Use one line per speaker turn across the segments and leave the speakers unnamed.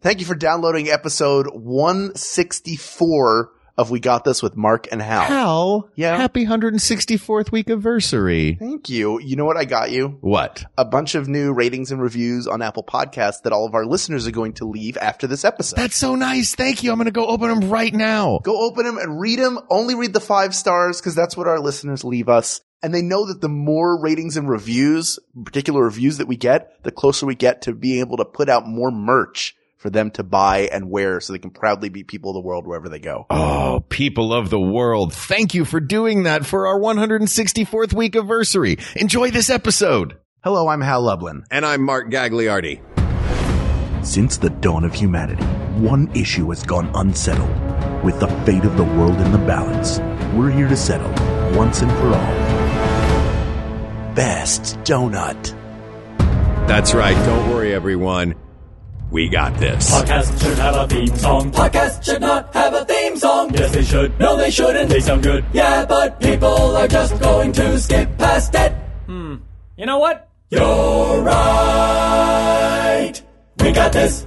Thank you for downloading episode 164 of We Got This with Mark and Hal.
Hal,
Yeah.
happy 164th week anniversary.
Thank you. You know what I got you?
What?
A bunch of new ratings and reviews on Apple Podcasts that all of our listeners are going to leave after this episode.
That's so nice. Thank you. I'm going to go open them right now.
Go open them and read them. Only read the five stars because that's what our listeners leave us. And they know that the more ratings and reviews, particular reviews that we get, the closer we get to being able to put out more merch for them to buy and wear so they can proudly be people of the world wherever they go.
Oh, people of the world, thank you for doing that for our 164th week anniversary. Enjoy this episode.
Hello, I'm Hal Lublin.
And I'm Mark Gagliardi.
Since the dawn of humanity, one issue has gone unsettled. With the fate of the world in the balance, we're here to settle once and for all. Best donut.
That's right. Don't worry, everyone. We got this.
Podcasts should have a theme song. Podcasts should not have a theme song. Yes, they should. No, they shouldn't. They sound good. Yeah, but people are just going to skip past it. Hmm. You know what? You're right. We got this.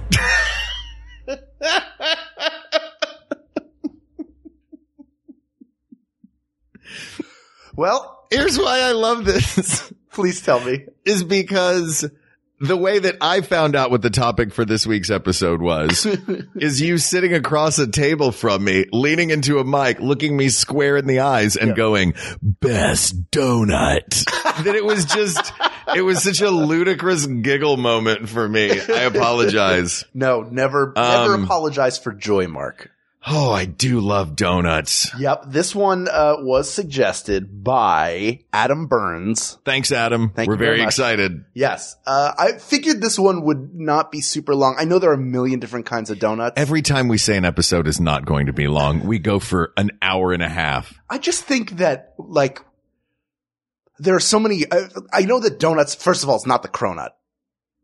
Well,
Here's why I love this
please tell me.
is because the way that I found out what the topic for this week's episode was is you sitting across a table from me, leaning into a mic, looking me square in the eyes and going, best donut. that it was just, it was such a ludicrous giggle moment for me. I apologize.
No, never, never
Um,
apologize for joy, Mark.
Oh, I do love donuts.
Yep, this one uh, was suggested by Adam Burns.
Thanks, Adam.
Thank
We're
you very
very,
much.
excited.
Yes, uh, I figured this one would not be super long. I know there are a million different kinds of donuts.
Every time we say an episode is not going to be long, we go for an hour and a half.
I just think that like there are so many. I, I know that donuts. First of all, it's not the cronut.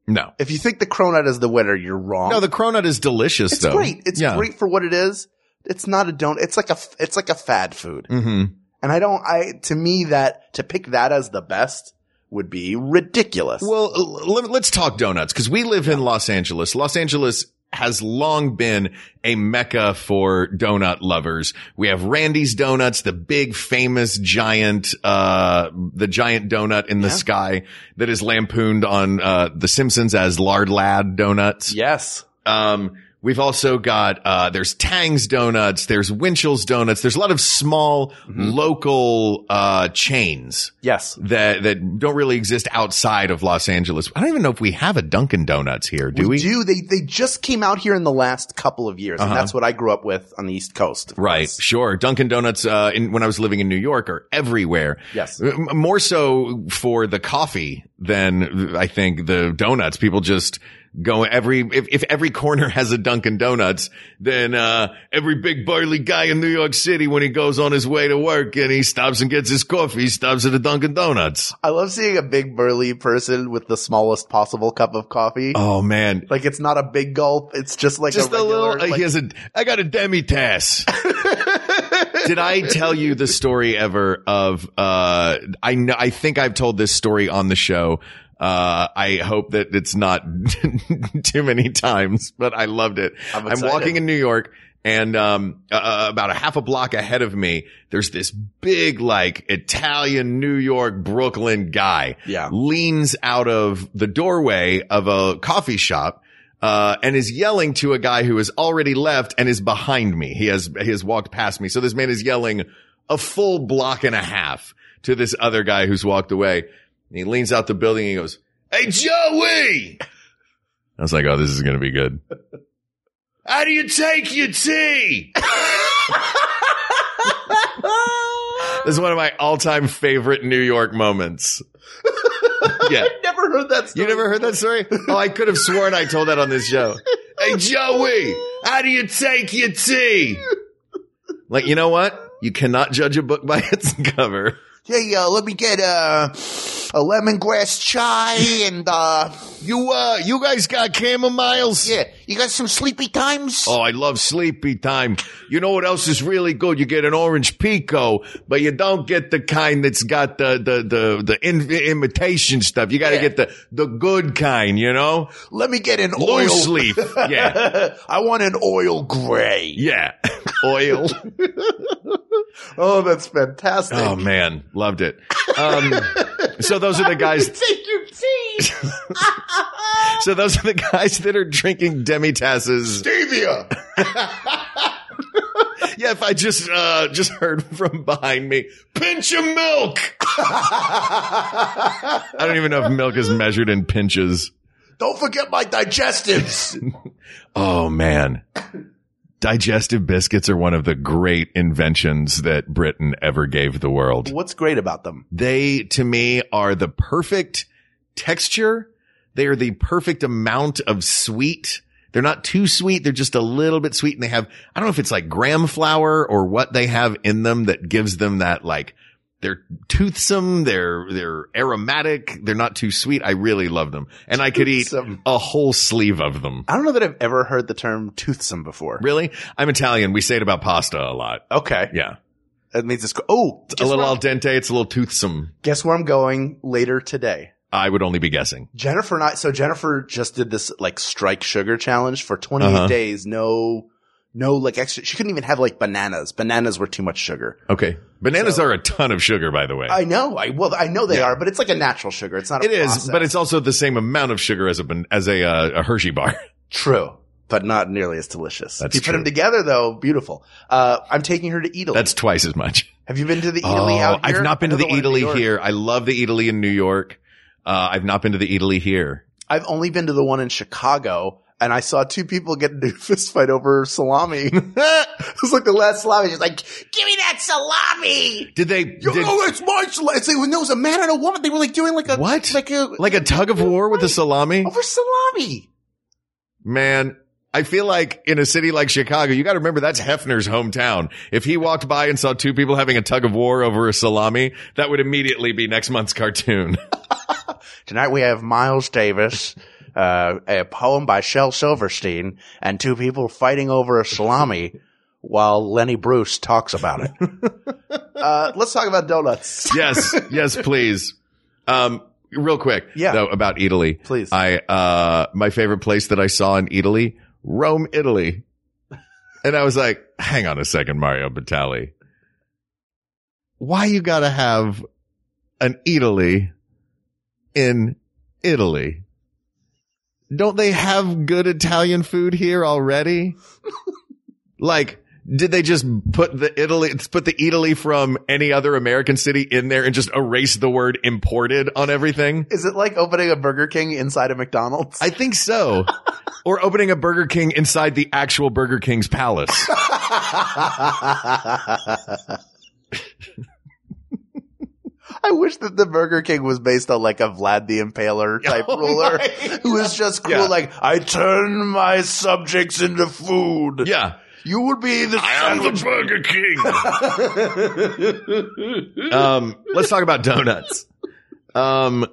No.
If you think the cronut is the winner, you're wrong.
No, the cronut is delicious
it's
though.
great. It's
Yeah.
great for what it is. It's not a donut. It's like a f- it's like a fad food.
Mhm.
And I don't. I to me that to pick that as the best would be ridiculous.
Well, l- let- let's talk donuts because we live in Los Angeles. Los Angeles has long been a mecca for donut lovers. We have Randy's Donuts, the big famous giant, uh, the giant donut in the sky that is lampooned on, uh, The Simpsons as Lard Lad Donuts.
yes.
Um, we've also got, uh, there's Tang's Donuts, there's Winchell's Donuts, there's a lot of small
Mm-hmm.
local, uh, chains
Yes.
that that don't really exist outside of Los Angeles. I don't even know if we have a Dunkin' Donuts here, do we?
do. They they just came out here in the last couple of years,
Uh-huh.
and that's what I grew up with on the East Coast. of
Right,
course.
sure. Dunkin' Donuts, uh, in, when I was living in New York, are everywhere.
Yes.
M- more so for the coffee than I think the donuts. People just go every if, if every corner has a Dunkin' Donuts, then uh, every big burly guy in New York City, when he goes on his way to work and he stops and gets his coffee, he stops at a Dunkin' Donuts.
I love seeing a big burly person with the smallest possible cup of coffee.
Oh man,
Like it's not a big gulp. It's just like
just
a, regular,
a little. uh,
like-
he has a. I got a demi tass. Did I tell you the story ever of? Uh, I know. I think I've told this story on the show. Uh, I hope that it's not too many times, but I loved it.
I'm
I'm
excited.
walking in New York and, um, uh, about a half a block ahead of me, there's this big, like Italian, New York, Brooklyn guy
Yeah.
leans out of the doorway of a coffee shop. Uh, and is yelling to a guy who has already left and is behind me. He has, he has walked past me. So this man is yelling a full block and a half to this other guy who's walked away. And he leans out the building and he goes, Hey, Joey! I was like, oh, this is going to be good. How do you take your tea? this is one of my all time favorite New York moments. yeah.
I've never heard that. Story.
You never heard that story? Oh, I could have sworn I told that on this show. Hey, Joey, how do you take your tea? Like, you know what? You cannot judge a book by its cover.
Hey, uh, let me get uh, a lemongrass chai and, uh,
You uh, you guys got chamomiles?
yeah, you got some sleepy times?
Oh, I love sleepy time. You know what else is really good? You get an orange pico, but you don't get the kind that's got the the the the in, imitation stuff. You got to
Yeah.
get the the good kind. You know,
Let me get an oil.
loose leaf. Yeah,
I want an oil gray.
yeah, oil.
Oh, that's fantastic.
Oh man, loved it. Um, so those are the guys.
Take your teeth.
So those are the guys that are drinking demi tasses.
Davia.
Yeah, if I just uh just heard from behind me, pinch of milk. I don't even know if milk is measured in pinches.
Don't forget my digestives.
Oh man. Digestive biscuits are one of the great inventions that Britain ever gave the world.
What's great about them?
They to me are the perfect texture. They are the perfect amount of sweet. They're not too sweet. They're just a little bit sweet. And they have, I don't know if it's like graham flour or what they have in them that gives them that like, they're toothsome. They're, they're aromatic. They're not too sweet. I really love them. And I could eat
Toothsome.
a whole sleeve of them.
I don't know that I've ever heard the term toothsome before.
Really? I'm Italian. We say it about pasta a lot.
Okay.
Yeah.
That means it's, oh,
It's
guess,
a little
where
al
I'm,
dente. It's a little toothsome.
guess where I'm going later today?
I would only be guessing.
Jennifer and I, so Jennifer just did this like strike sugar challenge for 28
Uh-huh.
days. No, no, like extra. She couldn't even have like bananas. Bananas were too much sugar.
Okay. Bananas are a ton of sugar, by the way.
I know. I, well, I know they are, but it's like a natural sugar. It's not a
It is,
processed.
but it's also the same amount of sugar as a ban- as a, uh, a Hershey bar.
True, but not nearly as delicious.
That's
if you
true.
put them together, though, beautiful. Uh, I'm taking her to Italy.
That's twice as much. Oh,
Have you been to the Italy out here?
I've not been to
I know
the
one in New
Italy
York.
here. I love the Italy in New York. Uh, I've not been to the Italy here.
I've only been to the one in Chicago, and I saw two people get into a fist fight over salami. it was like the last salami. She's like, "Give me that salami!"
Did they?
You
did-
know it's my salami. It's like, no, it was a man and a woman. They were like doing like a
What?
like a
like a tug of war with a salami?
over salami.
Man, I feel like in a city like Chicago, you got to remember that's Hefner's hometown. If he walked by and saw two people having a tug of war over a salami, that would immediately be next month's cartoon.
Tonight we have Miles Davis, uh, a poem by Shel Silverstein, and two people fighting over a salami while Lenny Bruce talks about it. uh, let's talk about donuts.
yes, yes, please. Um, real quick,
Yeah.
though, about Italy,
Please.
I uh, my favorite place that I saw in Italy, Rome, Italy, and I was like, hang on a second, Mario Batali, why you gotta have an Italy in Italy? Don't they have good Italian food here already? like. Did they just put the Italy, put the Italy from any other American city in there and just erase the word imported on everything?
Is it like opening a Burger King inside a McDonald's?
I think so. or opening a Burger King inside the actual Burger King's palace.
I wish that the Burger King was based on like a Vlad the Impaler type
Oh
ruler
my
who was just cool,
Yeah.
like, I turn my subjects into food.
yeah.
You would be the sandwich
Burger King. um, let's talk about donuts. Um,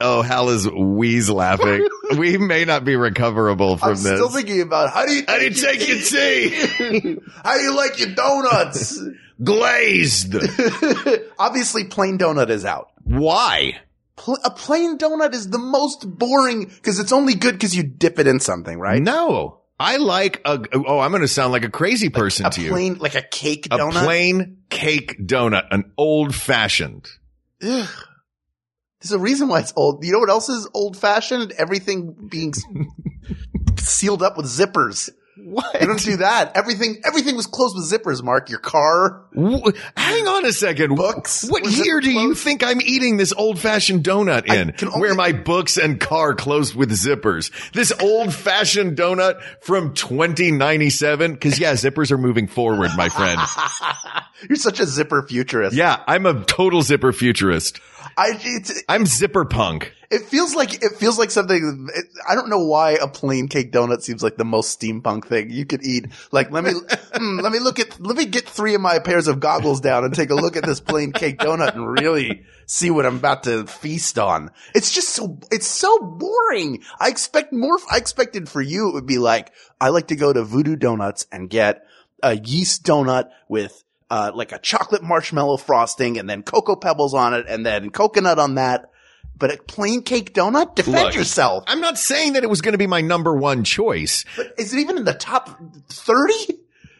oh, Hal is wheeze laughing. we may not be recoverable from
I'm
this.
still thinking about how do you
I didn't take your tea.
how do you like your donuts?
Glazed.
Obviously, plain donut is out.
Why?
Pl- a plain donut is the most boring because it's only good because you dip it in something, right?
No. I like a, oh, I'm going to sound like a crazy person
a
to you.
plain like a cake
a
donut.
plain cake donut, an old fashioned.
Ugh. There's a reason why it's old. You know what else is old fashioned? Everything being s- sealed up with zippers. What? They don't do that. Everything everything was closed with zippers. Mark your car.
Wh- Hang on a second.
Books?
What
Was it
year do you
closed?
think I'm eating this old fashioned donut in?
can only-
Where my books and car closed with zippers. This old fashioned donut from 2097. Cause yeah, zippers are moving forward, my friend.
You're such a zipper futurist.
yeah, I'm a total zipper futurist.
I, it's,
I'm zipper punk.
it feels like, it feels like something, it, I don't know why a plain cake donut seems like the most steampunk thing you could eat. Like, let me, mm, let me look at, let me get three of my pairs of goggles down and take a look at this plain cake donut and really see what I'm about to feast on. It's just so, it's so boring. I expect more, I expected for you, it would be like, I like to go to Voodoo Donuts and get a yeast donut with uh, like a chocolate marshmallow frosting and then cocoa pebbles on it and then coconut on that. But a plain cake donut? Defend
Look.
yourself.
I'm not saying that it was going to be my number one choice.
Is it even in the top 30?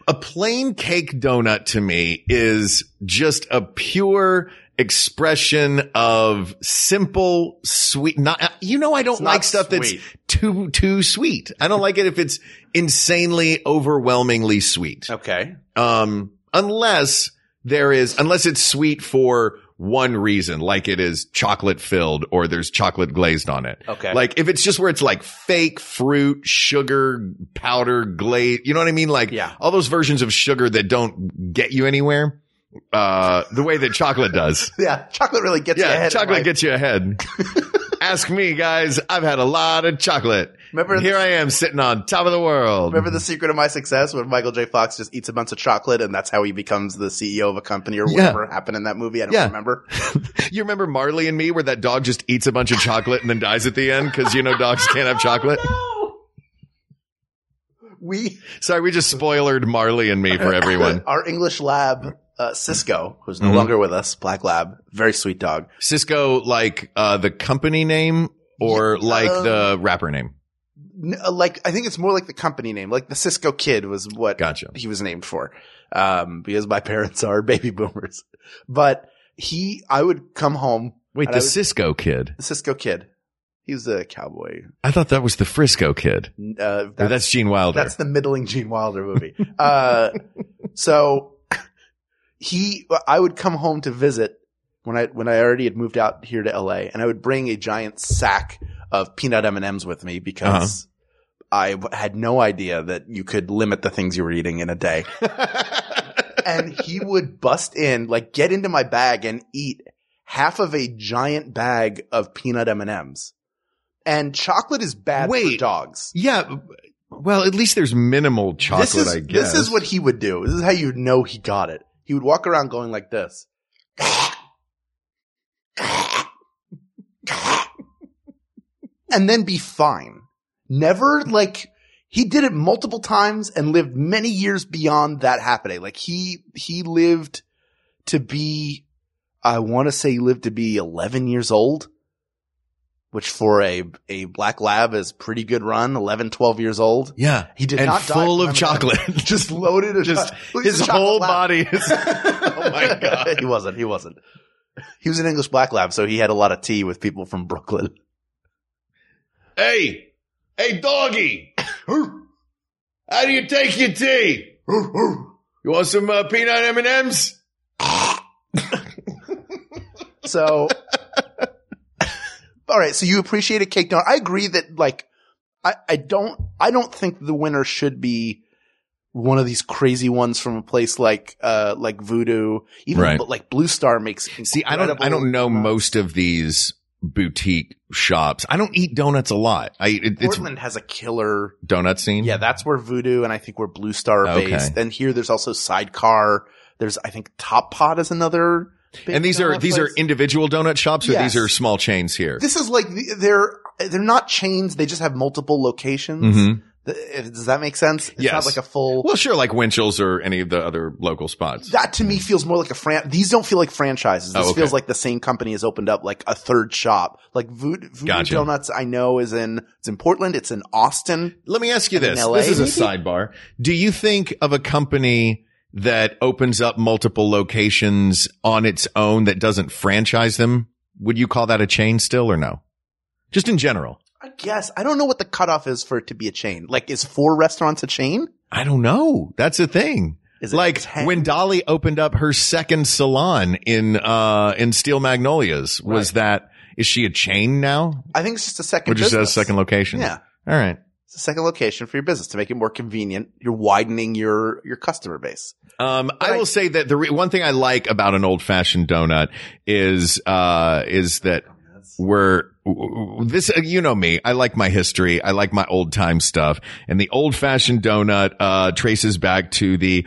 a plain cake donut to me is just a pure expression of simple sweet not you know i don't
It's not
like stuff
sweet.
that's too too sweet i don't like it if it's insanely overwhelmingly sweet
Okay.
um unless there is unless it's sweet for one reason like it is chocolate filled or there's chocolate glazed on it
Okay.
like if it's just where it's like fake fruit, sugar, powder, glaze, you know what I mean? Like
Yeah.
all those versions of sugar that don't get you anywhere. Uh, the way that chocolate does.
Yeah. Chocolate really gets you
Yeah.
ahead.
Chocolate
right?
gets you ahead. Ask me guys. I've had a lot of chocolate.
Remember
here I am sitting on top of the world.
Remember the secret of my success when Michael J. Fox just eats a bunch of chocolate and that's how he becomes the CEO of a company or
Yeah.
whatever happened in that movie? I don't
Yeah.
remember.
you remember Marley and me where that dog just eats a bunch of chocolate and then dies at the end? Cause you know, dogs can't have chocolate.
Oh, We,
Sorry. We just spoilered Marley and me for everyone.
our English lab, uh, Cisco, who's no
Mhm.
longer with us, Black Lab, very sweet dog.
Cisco, like uh, the company name or like
um,
the rapper name?
N- uh, like I think it's more like the company name, like the Cisco Kid was what
Gotcha.
he was named for, um, because my parents are baby boomers. But he, I would come home,
Wait,
and
the
I was-
Cisco kid.
the Cisco Kid. He was a cowboy.
I thought that was the Frisco kid.
N- Uh,
Or That's, Gene Wilder.
That's the middling Gene Wilder movie. uh, so he, I would come home to visit when I when I already had moved out here to L.A. and I would bring a giant sack of peanut M and M's with me because.
Uh-huh.
I w I had no idea that you could limit the things you were eating in a day. and he would bust in, like get into my bag and eat half of a giant bag of peanut M&Ms. And chocolate is bad for
Wait.
dogs.
yeah. Well, at least there's minimal chocolate,
This is,
I guess.
This is what he would do. This is how you know he got it. He would walk around going like this. and then be fine. Never like he did it multiple times and lived many years beyond that happening. Like he he lived to be I want to say he lived to be 11 years old, which for a a black lab is pretty good run, 11 12 years old.
Yeah.
He did
and
not die
full
from
of chocolate.
just loaded a
Just
Look, he's
his
a chocolate
whole
lab.
body is. Oh my God.
he wasn't. He wasn't. He was an English black lab, so he had a lot of tea with people from Brooklyn.
hey, hey, doggy. How do you take your tea? you want some uh, peanut M and M's?
So, all right. So you appreciate a cake donut. I agree that like I, I don't I don't think the winner should be one of these crazy ones from a place like uh like Voodoo. Even
Right.
but like Blue Star makes.
See, I don't, I don't know
incredible-
most of these boutique shops. I don't eat donuts a lot. I, it, it's
Portland has a killer
donut scene.
Yeah, that's where Voodoo and I think where Blue Star are
Okay.
based. And here there's also Sidecar. There's I think Top Pot is another. big
and these are
donut
these
place.
are individual donut shops, or
Yes.
these are small chains here.
this is like the- they're they're not chains. They just have multiple locations.
Mhm.
Th- Does that make sense? It's not
Yes.
like a full.
Well, sure, like Winchell's or any of the other local spots.
that to me feels more like a fran. These don't feel like franchises. This
Oh, okay.
feels like the same company has opened up like a third shop. Like Voodoo, Voodoo
Gotcha.
Donuts, I know is in it's in Portland. It's in Austin.
Let me ask you
And in
this:
LA,
This is a
maybe?
sidebar. Do you think of a company that opens up multiple locations on its own that doesn't franchise them? Would you call that a chain still, or no? Just in general,
I guess I don't know what the cutoff is for it to be a chain. Like, is four restaurants a chain?
I don't know. That's a thing.
Is it
like
10?
when Dolly opened up her second salon in uh in Steel Magnolias, was that is she a chain now
I think it's just a second.
or just a
business.
second location?
Yeah.
All right.
It's a second location for your business to make it more convenient. You're widening your, your customer base.
Um, I will say that the re- one thing I like about an old fashioned donut is, uh, is that we're w- w- this, uh, you know me, I like my history. I like my old time stuff and the old fashioned donut, uh, traces back to the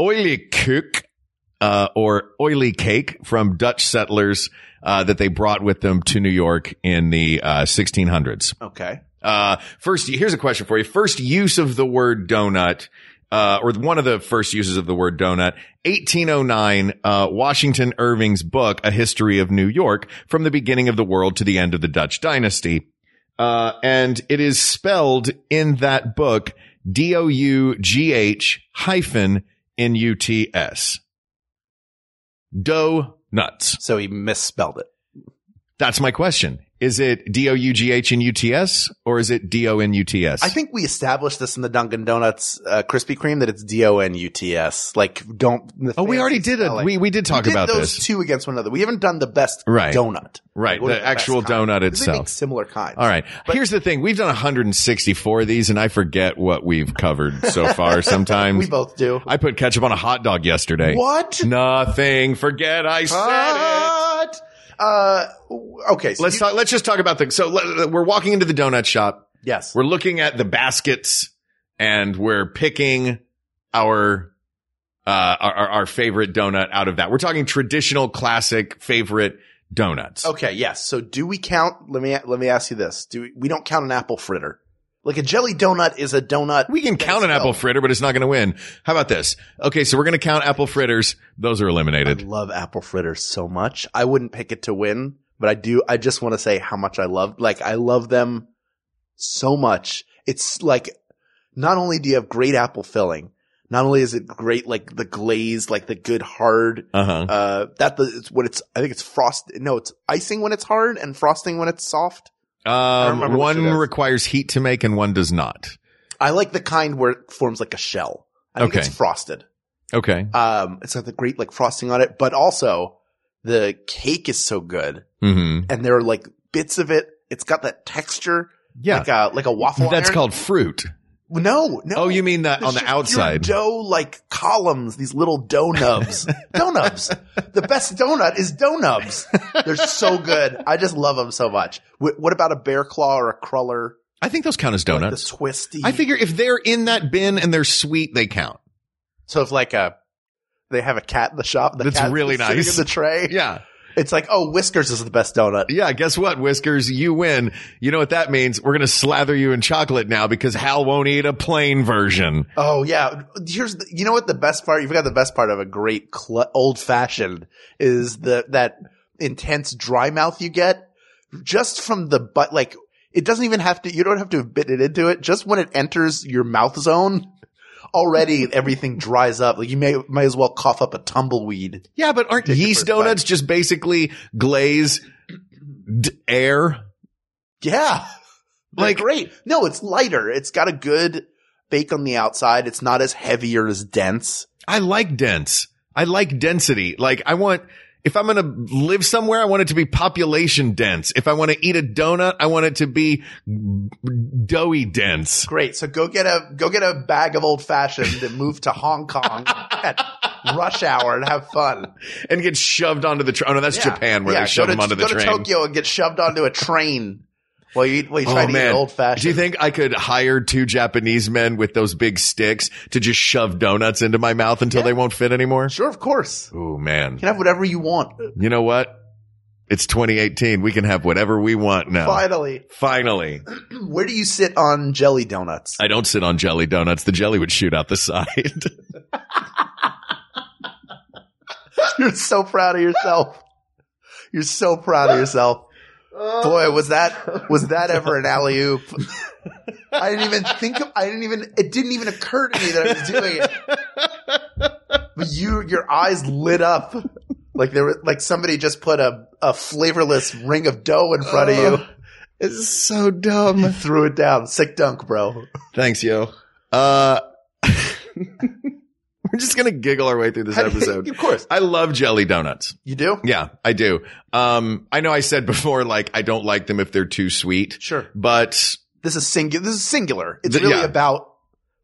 oily cook, uh, or oily cake from Dutch settlers, uh, that they brought with them to New York in the, uh, 1600s.
Okay.
Uh, first, here's a question for you. First use of the word donut, uh, or one of the first uses of the word donut, 1809, uh, Washington Irving's book, A History of New York, from the beginning of the world to the end of the Dutch dynasty. Uh, and it is spelled in that book, D-O-U-G-H hyphen N-U-T-S. Dough nuts.
So he misspelled it.
That's my question. Is it D O U G H N U T S or is it D O N U T S?
I think we established this in the Dunkin' Donuts uh, Krispy Kreme that it's D O N U T S. Like, don't. the
Oh, we
fancy
already did it.
spelling.
We we did talk
did
about
those
this.
two against one another. We haven't done the best
Right.
donut.
Right,
Like, what
the
are best
actual
kinds?
donut
Because They
itself.
make similar kinds.
All right.
But-
Here's the thing. We've done 164 of these and I forget what we've covered so far sometimes.
we both do.
I put ketchup on a hot dog yesterday.
What? Ah!
Nothing. Forget I said it.
What? Uh, okay. So
Let's
you-
talk, let's just talk about the so let, we're walking into the donut shop.
Yes.
We're looking at the baskets and we're picking our uh our, our- our favorite donut out of that. We're talking traditional classic favorite donuts.
Okay. Yes. So do we count? Let me let me ask you this. Do we, we don't count an apple fritter? Like a jelly donut is a donut.
We can count an
spelled.
apple fritter, but it's not going to win. How about this? Okay, so we're going to count apple fritters. Those are
I
eliminated.
love apple fritters so much. I wouldn't pick it to win, but I do. I just want to say how much I love. Like I love them so much. It's like not only do you have great apple filling, not only is it great, like the glaze, like the good hard.
Uh huh.
Uh, that the, it's what it's. I think it's frost. No, it's icing when it's hard and frosting when it's soft.
Um,
remember which
one
it is.
requires heat to make, and one does not.
I like the kind where it forms like a shell. I think
Okay.
it's frosted.
Okay.
Um, it's got the great like frosting on it, but also the cake is so good.
hmm
and there are like bits of it. It's got that texture,
Yeah,
like a like a waffle.
that's
iron.
called fruit.
no, no.
Oh, you mean that
It's
on the
just pure
outside?
dough like columns, these little dough nubs. dough nubs. The best donut is dough nubs. They're so good. I just love them so much. Wh- what about a bear claw or a cruller?
I think those count as
Like the
donuts.
twisty.
I figure if they're in that bin and they're sweet, they count.
so. If like a they have a cat in the shop. The
That's
cat's
really
sitting
nice.
In the tray.
Yeah.
It's like oh, Whiskers is the best donut.
Yeah. Guess what, Whiskers? You win. You know what that means? We're going to slather you in chocolate now because Hal won't eat a plain version.
Oh yeah, here's the, you know what the best part. You forgot the best part of a great cl- old fashioned is the that intense dry mouth you get just from the butt. Like it doesn't even have to. You don't have to have bitten it into it. Just when it enters your mouth zone, already everything dries up. Like you may might as well cough up a tumbleweed.
Yeah. But aren't
Take it
yeast
for a bite.
donuts just basically glaze d- air?
Yeah, like
Like-
great. No, it's lighter. It's got a good bake on the outside. It's not as heavy or as dense.
I like dense. I like density. Like I want, if I'm going to live somewhere, I want it to be population dense. If I want to eat a donut, I want it to be doughy dense.
Great. So go get a go get a bag of old fashioned and move to Hong Kong at rush hour and have fun.
and get shoved onto the train. Oh no, that's
Yeah.
Japan where
Yeah,
they shove
go
them
to,
onto the
go
train.
to Tokyo and get shoved onto a train while you eat while you try to eat an old fashioned.
Oh, Do you think I could hire two Japanese men with those big sticks to just shove donuts into my mouth until they won't fit anymore?
Sure, of course.
Oh man.
You can have whatever you want.
You know what? It's 2018. We can have whatever we want now.
Finally,
Finally.
where do you sit on jelly donuts?
I don't sit on jelly donuts. The jelly would shoot out the side.
You're so proud of yourself. You're so proud of yourself.
Oh.
Boy, was that was that ever an alley oop? I didn't even think. Of, I didn't even. It didn't even occur to me that I was doing it. But you, your eyes lit up like there were like somebody just put a a flavorless ring of dough in front of you.
Oh, it's so dumb.
Threw it down. Sick dunk, bro.
Thanks, yo. Uh We're just gonna giggle our way through this episode.
of course,
I love jelly donuts.
you do.
Yeah, I do. Um, I know I said before, like, I don't like them if they're too sweet,
Sure.
but
This is singular. This is singular. It's
The-
really
yeah.
about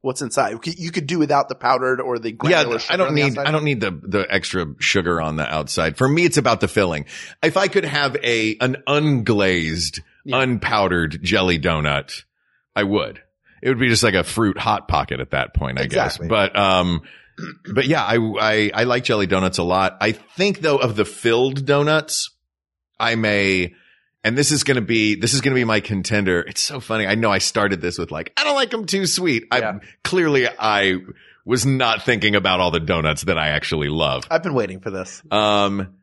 what's inside. You could- You could do without the powdered or the granular
yeah,
sugar
I don't
on the
need
outside.
I don't need the the extra sugar on the outside. For me, it's about the filling. If I could have a an unglazed,
Yeah.
unpowdered jelly donut, I would. It would be just like a fruit hot pocket at that point, I
Exactly.
guess. But um, but yeah, I, I I like jelly donuts a lot. I think though of the filled donuts, I may. And this is going to be, this is going to be my contender. It's so funny. I know I started this with like, I don't like them too sweet. I
Yeah.
clearly I was not thinking about all the donuts that I actually love.
I've been waiting for this.
Um,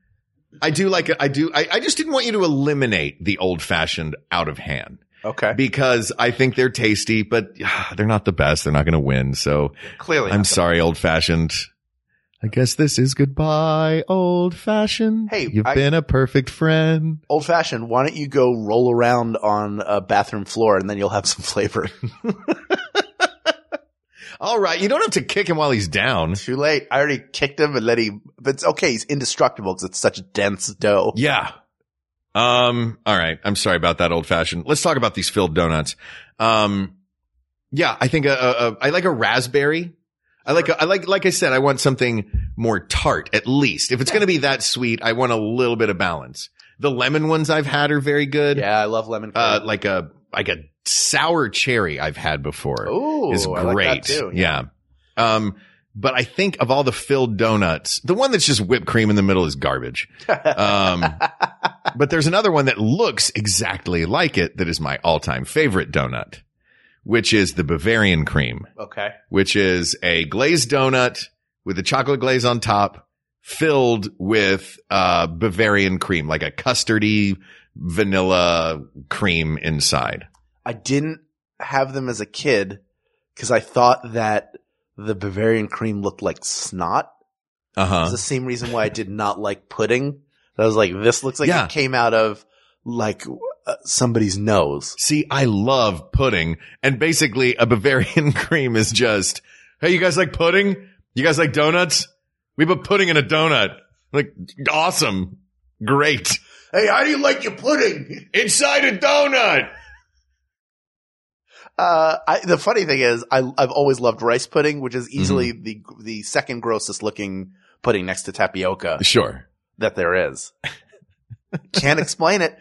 I do like, I do, I, I just didn't want you to eliminate the old fashioned out of hand
Okay.
because I think they're tasty, but ah, they're not the best. They're not going to win. So
Clearly.
I'm sorry, old fashioned. I guess this is goodbye, old fashioned.
Hey,
you've
I-
been a perfect friend.
Old fashioned, why don't you go roll around on a bathroom floor and then you'll have some flavor.
All right. You don't have to kick him while he's down.
Too late. I already kicked him and let him, but it's okay. He's indestructible because it's such dense dough.
Yeah. Um, all right. I'm sorry about that old fashioned. Let's talk about these filled donuts. Um, yeah, I think, uh, uh, I like a raspberry. I like, a, I like, like I said, I want something more tart, at least. If it's going to be that sweet, I want a little bit of balance. The lemon ones I've had are very good.
Yeah, I love lemon.
Uh, like a, like a sour cherry I've had before
oh,
is great. Yeah. Um, but I think of all the filled donuts, the one that's just whipped cream in the middle is garbage. Um, but there's another one that looks exactly like it that is my all time favorite donut, which is the Bavarian cream,
Okay.
which is a glazed donut with a chocolate glaze on top filled with, uh, Bavarian cream, like a custardy vanilla cream inside.
I didn't have them as a kid because I thought that the Bavarian cream looked like snot.
Uh
It's
huh.
the same reason why I did not like pudding. I was like, this looks like
Yeah.
it came out of like uh, somebody's nose.
See, I love pudding. And basically, a Bavarian cream is just, hey, you guys like pudding? You guys like donuts? We put pudding in a donut. Like, awesome. Great.
Hey, how do you like your pudding?
Inside a donut.
Uh, I, the funny thing is, I, I've always loved rice pudding, which is easily
Mm-hmm.
the the second grossest looking pudding next to tapioca
Sure.
that there is. Can't explain it.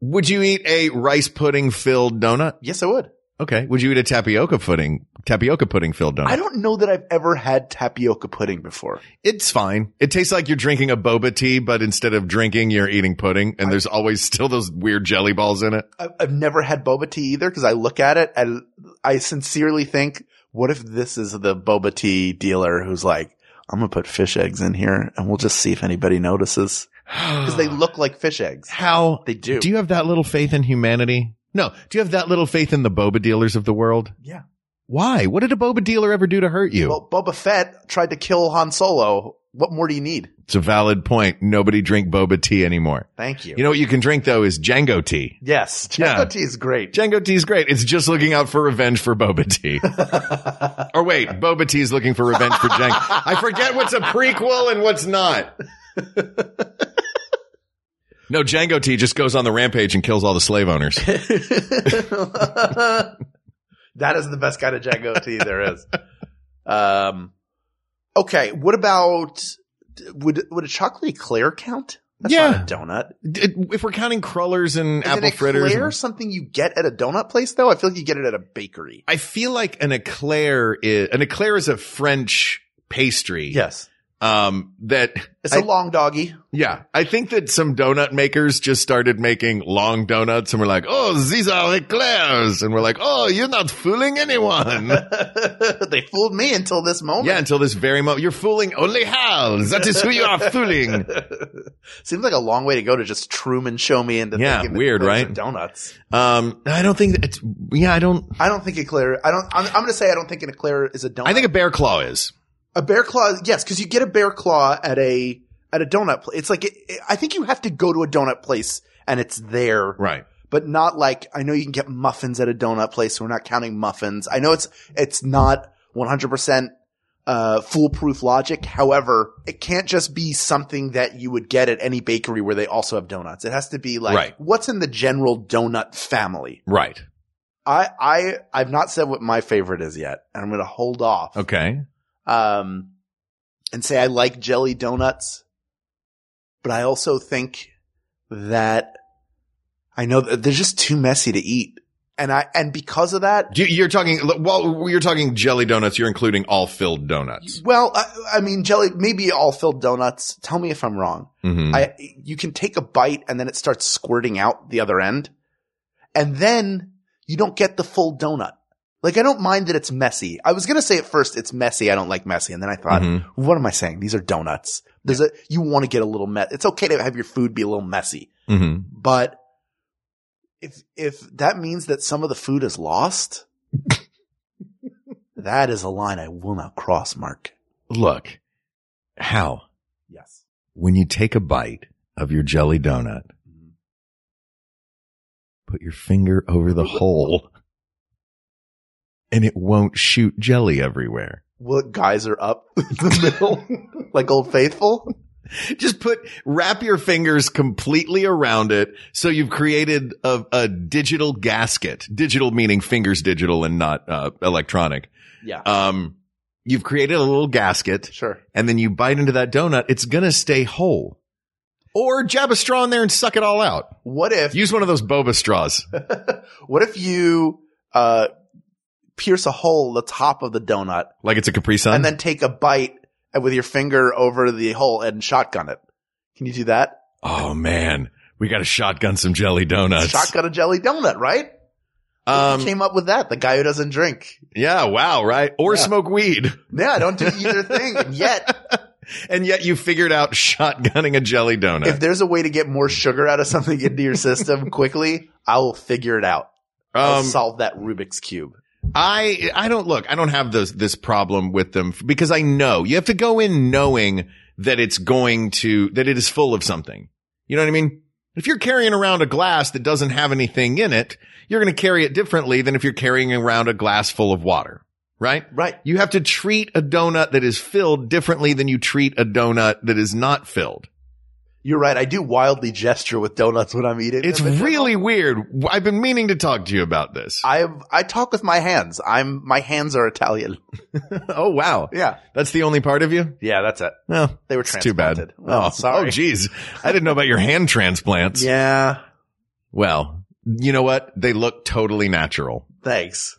Would you eat a rice pudding filled donut?
Yes, I would.
Okay. Would you eat a tapioca pudding, tapioca pudding filled donut?
I don't know that I've ever had tapioca pudding before.
it's fine. It tastes like you're drinking a boba tea, but instead of drinking, you're eating pudding. And there's always still those weird jelly balls in it.
I've, I've never had boba tea either because I look at it and I sincerely think, what if this is the boba tea dealer who's like, I'm gonna put fish eggs in here and we'll just see if anybody notices because they look like fish eggs.
How
They do.
Do you have that little faith in humanity? No. Do you have that little faith in the boba dealers of the world?
Yeah.
Why? What did a boba dealer ever do to hurt you?
Well, Boba Fett tried to kill Han Solo. What more do you need?
it's a valid point. Nobody drink boba tea anymore.
Thank you.
You know what you can drink though is Django tea.
yes,
Yeah.
Jango tea is great.
Django tea is great. It's just looking out for revenge for boba tea. or wait, boba tea is looking for revenge for Django. I forget what's a prequel and what's not. no, Django tea just goes on the rampage and kills all the slave owners.
that is the best kind of Django tea there is. Um, okay. What about would would a chocolate eclair count? That's
Yeah.
not a donut.
D- if we're counting crullers and
Is
apple
an
fritters,
eclair something you get at a donut place though? I feel like you get it at a bakery.
I feel like an eclair is an eclair is a French pastry.
Yes,
Um. That.
it's
I-
a long doggy.
Yeah. I think that some donut makers just started making long donuts, and we're like, "Oh, these are eclairs," and we're like, "Oh, you're not fooling anyone."
they fooled me until this moment.
yeah. Until this very moment, you're fooling only Hal. That is who you are fooling.
Seems like a long way to go to just Truman show me into
Yeah,
thinking that
weird,
eclairs
right?
are Donuts.
Um. I don't think that it's. Yeah. I don't.
I don't think eclair. I don't. I'm, I'm going to say I don't think an eclair is a donut.
I think a bear claw is.
A bear claw, yes, because you get a bear claw at a at a donut place. It's like it, it- I think you have to go to a donut place and it's there,
Right.
but not like I know you can get muffins at a donut place. So we're not counting muffins. I know it's it's not one hundred percent uh, foolproof logic. However, it can't just be something that you would get at any bakery where they also have donuts. It has to be like
Right.
what's in the general donut family.
Right.
I, I, I've not said what my favorite is yet, and I'm going to hold off.
Okay.
Um, and say I like jelly donuts, but I also think that I know that they're just too messy to eat. And I, and because of that,
Do you, you're talking, while you're talking jelly donuts, you're including all filled donuts.
well, I, I mean, jelly, maybe all filled donuts. Tell me if I'm wrong.
Mhm.
I you can take a bite and then it starts squirting out the other end. And then you don't get the full donut. Like I don't mind that it's messy. I was going to say at first it's messy. I don't like messy. And then I thought,
Mhm.
what am I saying? These are donuts. There's a you want to get a little mess. It's okay to have your food be a little messy.
Mhm.
But if if that means that some of the food is lost, that is a line I will not cross, Mark.
Look, how
Yes.
when you take a bite of your jelly donut, put your finger over the hole and it won't shoot jelly everywhere.
What guys are up the middle like Old Faithful?
Just put, wrap your fingers completely around it. So you've created a, a digital gasket, digital meaning fingers digital and not uh, electronic.
Yeah.
Um, you've created a little gasket.
Uh, Sure.
and then you bite into that donut, it's gonna stay whole. Or jab a straw in there and suck it all out.
What if
Use one of those boba straws.
what if you uh pierce a hole the top of the donut
Like it's a Capri Sun.
and then take a bite with your finger over the hole and shotgun it? Can you do that?
oh man, we gotta shotgun some jelly donuts.
Shotgun a jelly donut, right? Who
Um,
came up with that? The guy who doesn't drink.
yeah, wow, right? Or
Yeah.
smoke weed.
Yeah, I don't do either thing. And yet,
And yet you figured out shotgunning a jelly donut.
if there's a way to get more sugar out of something into your system quickly, I will figure it out. I'll
um,
solve that Rubik's cube.
I I don't look. I don't have this this problem with them f- because I know you have to go in knowing that it's going to that it is full of something. You know what I mean? If you're carrying around a glass that doesn't have anything in it, you're going to carry it differently than if you're carrying around a glass full of water, right?
Right.
You have to treat a donut that is filled differently than you treat a donut that is not filled.
You're right. I do wildly gesture with donuts when I'm eating.
It's
them.
really weird. W- I've been meaning to talk to you about this.
I I talk with my hands. I'm my hands are Italian.
oh wow.
Yeah.
That's the only part of you?
Yeah, that's it.
No.
They were
It's too bad.
transplanted. Well,
oh,
sorry.
Oh, geez. I didn't know about your hand transplants.
Yeah.
Well, you know what? They look totally natural.
Thanks.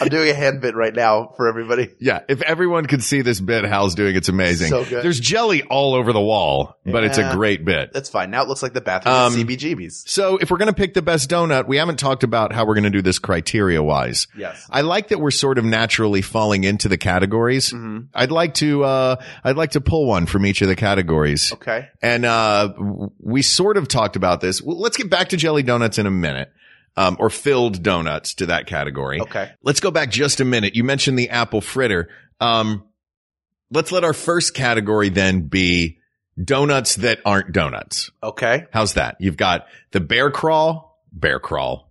I'm doing a hand bit right now for everybody.
Yeah. If everyone could see this bit, Hal's doing it's amazing.
So good.
There's jelly all over the wall, but it's a
Yeah.
great bit.
That's fine. Now it looks like the bathroom
Um,
is CBGB's.
So if we're going to pick the best donut, we haven't talked about how we're going to do this criteria wise.
Yes.
I like that we're sort of naturally falling into the categories.
Mm. Mm-hmm.
I'd like to, uh, I'd like to pull one from each of the categories.
Okay.
And uh, w- we sort of talked about this. Well, let's get back to jelly donuts in a minute, um, or filled donuts to that category.
Okay.
Let's go back just a minute. You mentioned the apple fritter. Um, let's let our first category then be donuts that aren't donuts.
Okay.
How's that? You've got the bear crawl, bear crawl.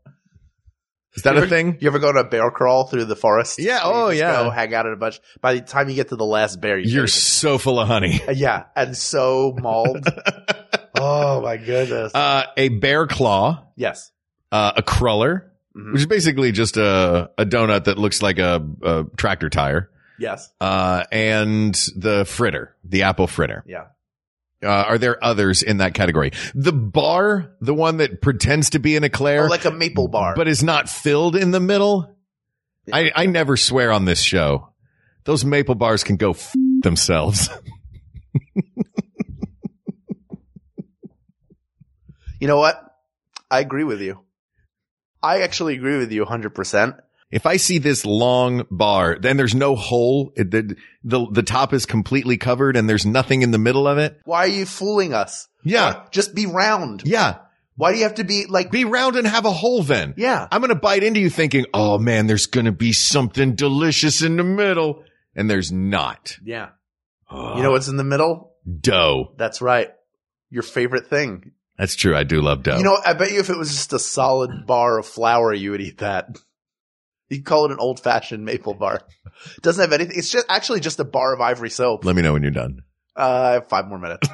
Is that
You
a
ever-
thing?
You ever go to a bear crawl through the forest?
Yeah,
Where you
oh,
just
yeah.
Go hang out at a bunch. By the time you get to the last bear, you
You're so full of honey.
yeah, and so mauled. oh my goodness.
Uh, a bear claw,
yes.
uh, a cruller,
Mhm.
which is basically just a, a donut that looks like a, a tractor tire,
Yes.
uh, and the fritter, the apple fritter.
Yeah.
Uh, are there others in that category? The bar, the one that pretends to be an eclair,
Or Oh, like a maple bar.
but is not filled in the middle. I, I never swear on this show. Those maple bars can go f- themselves.
You know what? I agree with you. I actually agree with you 100%.
If I see this long bar, then there's no hole. It- the, the, the top is completely covered and there's nothing in the middle of it.
Why are you fooling us?
Yeah.
Just be round.
Yeah.
Why do you have to be like,
Be round and have a hole then.
yeah,
I'm going to bite into you thinking, oh man, there's going to be something delicious in the middle. And there's not.
yeah. You know what's in the middle?
Dough.
That's right. Your favorite thing.
That's true. I do love dough.
You know, I bet you if it was just a solid bar of flour, you would eat that. You would call it an old fashioned maple bar. Doesn't have anything. It's just actually just a bar of ivory soap.
let me know when you're done.
Uh, I have five more minutes.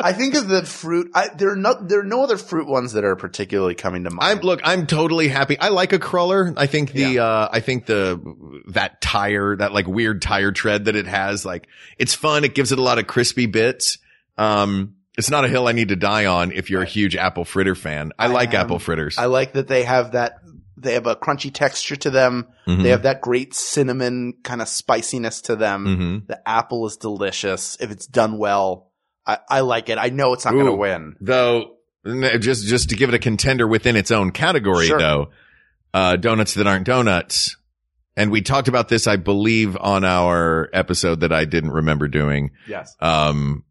I think of the fruit. I, there are no there are no other fruit ones that are particularly coming to
I'm
mind.
look. I'm totally happy. I like a crawler. I think the uh, I think the that tire, that like weird tire tread that it has, like it's fun. It gives it a lot of crispy bits. Um, it's not a hill I need to die on if you're a huge apple fritter fan. I,
I
like
am.
apple fritters.
I like that they have that. They have a crunchy texture to them.
Mhm.
They have that great cinnamon kind of spiciness to them.
Mhm.
The apple is delicious if it's done well. I, I like it. I know it's not going to
Ooh.
win.
Though n- just just to give it a contender within its own category,
Sure.
though, uh, donuts that aren't donuts. And we talked about this, I believe, on our episode that I didn't remember doing.
Yes.
Um,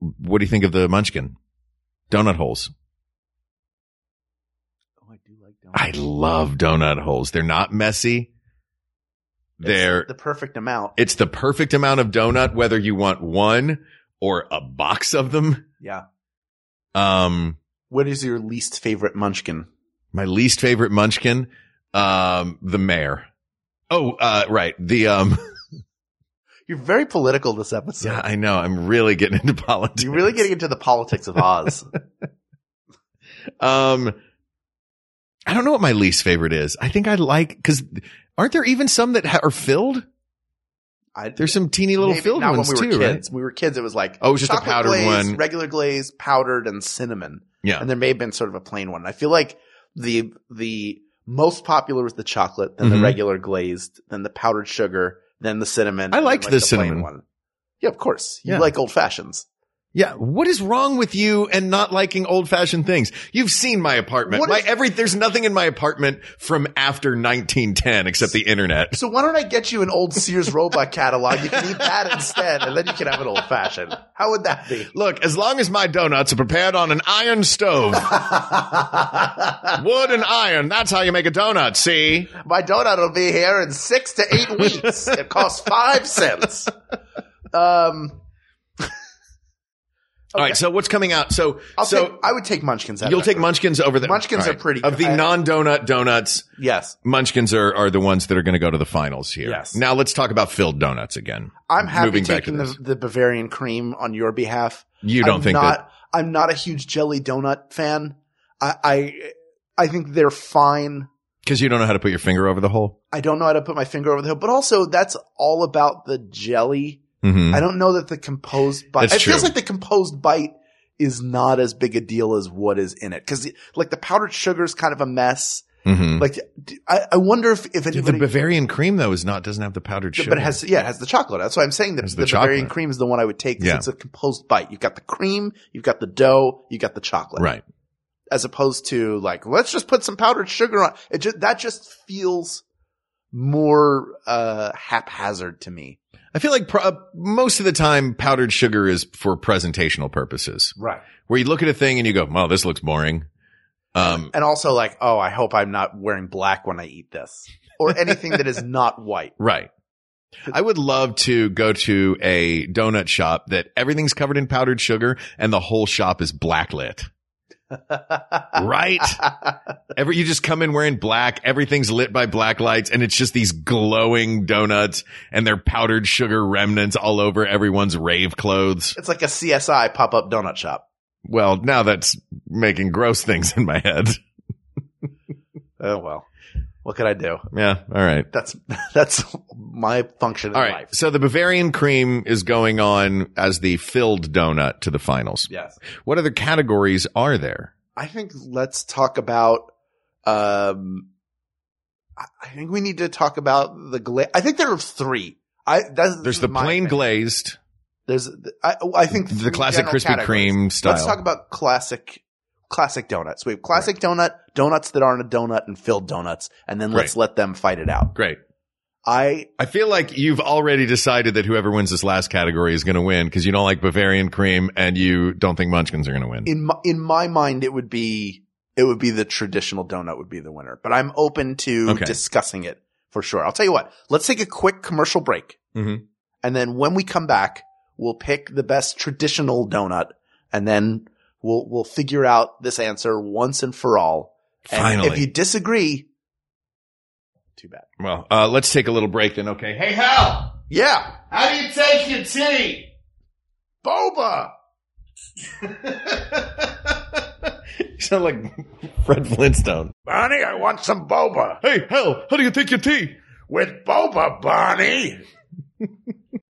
what do you think of the Munchkin donut holes?
Oh, I do like donuts.
I love donut holes. They're not messy. They're
the perfect amount.
it's the perfect amount of donut, whether you want one or a box of them.
yeah.
Um,
What is your least favorite munchkin?
my least favorite munchkin um the mayor oh uh right the um
You're very political this episode.
yeah i know i'm really getting into politics
You're really getting into the politics of Oz.
um i don't know what my least favorite is i think i like because aren't there even some that ha- are filled
I,
there's some teeny little
Maybe
filled
not
ones
when we were
too right
kids. We were kids. It was like
Oh, it was just a
chocolate
powdered
glaze,
one.
regular glaze, powdered, and cinnamon.
yeah
And there may have been sort of a plain one. I feel like the the most popular was the chocolate, then
Mhm.
the regular glazed, then the powdered sugar, then the cinnamon.
I
and then,
liked
like,
the
plain
cinnamon.
one. Yeah, of course. You
Yeah.
like old fashions.
yeah what is wrong with you and not liking old-fashioned things you've seen my apartment
What
my
is-
every there's nothing in my apartment from after 1910 except the internet
So why don't I get you an old Sears robot catalog? You can eat that instead, and then you can have an old fashioned. How would that be?
Look, as long as my donuts are prepared on an iron stove, wood and iron, that's how you make a donut, see?
My donut will be here in six to eight weeks. it costs five cents. Um,
All right, so what's coming out? So,
I'll
so
take, I would take Munchkins. out of
you'll
that
take
group.
munchkins over the
Munchkins
all
are pretty-
Of the
I-
non donut donuts,
Yes,
munchkins are, are the ones that are going to go to the finals here.
Yes.
Now let's talk about filled donuts again.
I'm happy
Moving back to
taking the,
this.
the Bavarian cream on your behalf.
You don't
I'm
think
not,
that?
I'm not a huge jelly donut fan. I, I I think they're fine.
Because you don't know how to put your finger over the hole?
I don't know how to put my finger over the hill, but also that's all about the jelly.
Mm-hmm.
I don't know that the composed bite.
That's
it feels
true.
like the composed bite is not as big a deal as what is in it because like the powdered sugar is kind of a mess.
mm-hmm.
Like d- I, I wonder if if
Dude, the
anybody.
Bavarian cream though is not doesn't have the powdered sugar,
but it has yeah, it has the chocolate. That's why I'm saying that
Has
the,
the
Bavarian
chocolate.
cream is the one I would take. 'cause
Yeah.
It's a composed bite. You've got the cream, you've got the dough, you got the chocolate,
right?
As opposed to like let's just put some powdered sugar on it. Just, that just feels more uh haphazard to me.
I feel like pro- uh, most of the time powdered sugar is for presentational purposes.
Right.
where you look at a thing and you go, "Well, this looks boring." Um,
And also like, oh, I hope I'm not wearing black when I eat this. Or anything that is not white.
right. I would love to go to a donut shop that everything's covered in powdered sugar and the whole shop is blacklit.
Ah.
right? Every you just come in wearing black, everything's lit by black lights and it's just these glowing donuts and their powdered sugar remnants all over everyone's rave clothes.
It's like a CSI pop up donut shop.
Well, now that's making gross things in my head.
Oh well. What could I do?
Yeah, all right.
That's that's my function in
All right.
life.
So the Bavarian cream is going on as the filled donut to the finals.
Yes.
What other categories are there?
I think let's talk about um I I think we need to talk about the gla- I think there are three. I that's
There's the
my
plain
opinion.
glazed,
There's I, I think
the
three
classic
general
Krispy
categories.
Kreme style.
Let's talk about classic classic donuts. We have classic donut, donuts that aren't a donut, and filled donuts, and then let's let them fight it out.
Great.
I
I feel like you've already decided that whoever wins this last category is going to win because you don't like Bavarian cream and you don't think Munchkins are going to win.
in my, in my mind it would be it would be the traditional donut would be the winner, but I'm open to
Okay.
discussing it for sure. I'll tell you what. Let's take a quick commercial break,
Mhm.
and then when we come back, we'll pick the best traditional donut, and then we'll we'll figure out this answer once and for all. And
Finally.
if you disagree, too bad.
well, uh, let's take a little break then. Okay. Hey, Hal,
Yeah.
how do you take your tea?
Boba.
you sound like Fred Flintstone.
Barney, I want some boba.
Hey, hell, how do you take your tea?
With boba, Barney.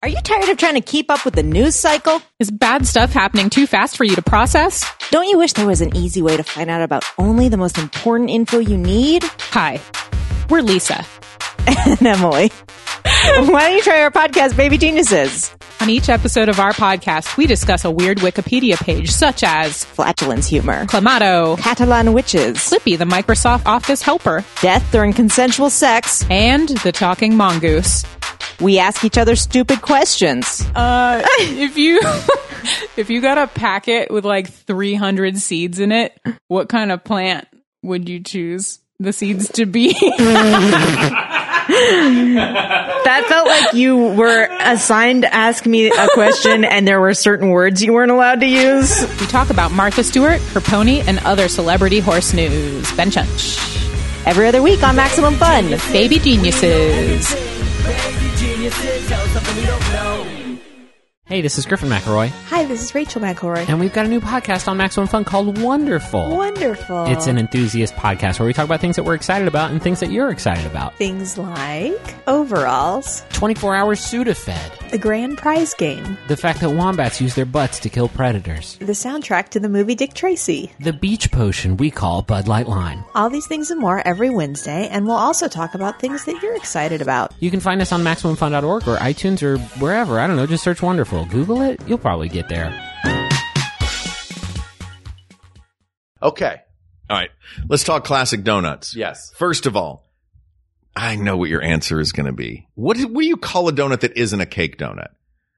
Are you tired of trying to keep up with the news cycle?
Is bad stuff happening too fast for you to process?
Don't you wish there was an easy way to find out about only the most important info you need?
Hi, we're Lisa.
And Emily. Why don't you try our podcast, Baby Geniuses?
On each episode of our podcast, we discuss a weird Wikipedia page such as
Flatulence humor.
Clamato,
Catalan witches.
Slippy, the Microsoft Office helper,
Death during consensual sex.
and the talking mongoose.
We ask each other stupid questions.
Uh, if you if you got a packet with like 300 seeds in it, what kind of plant would you choose the seeds to be?
That felt like you were assigned to ask me a question and there were certain words you weren't allowed to use.
we talk about Martha Stewart, her pony, and other celebrity horse news. Ben Chunch.
Every other week on Maximum Fun.
Baby Geniuses.
Hey, this is Griffin McElroy,
Hi, this is Rachel McElroy.
and we've got a new podcast on Maximum Fun called Wonderful.
Wonderful.
It's an enthusiast podcast where we talk about things that we're excited about and things that you're excited about.
things like overalls,
24 hour Sudafed,
the grand prize game,
the fact that wombats use their butts to kill predators,
the soundtrack to the movie Dick Tracy.
the beach potion we call Bud Light Line.
All these things and more every Wednesday, and we'll also talk about things that you're excited about.
You can find us on MaximumFun.org or iTunes or wherever. I don't know, just search Wonderful. Google it, you'll probably get there.
Okay.
All right, let's talk classic donuts.
Yes.
First of all, I know what your answer is going to be. What do, what do you call a donut that isn't a cake donut?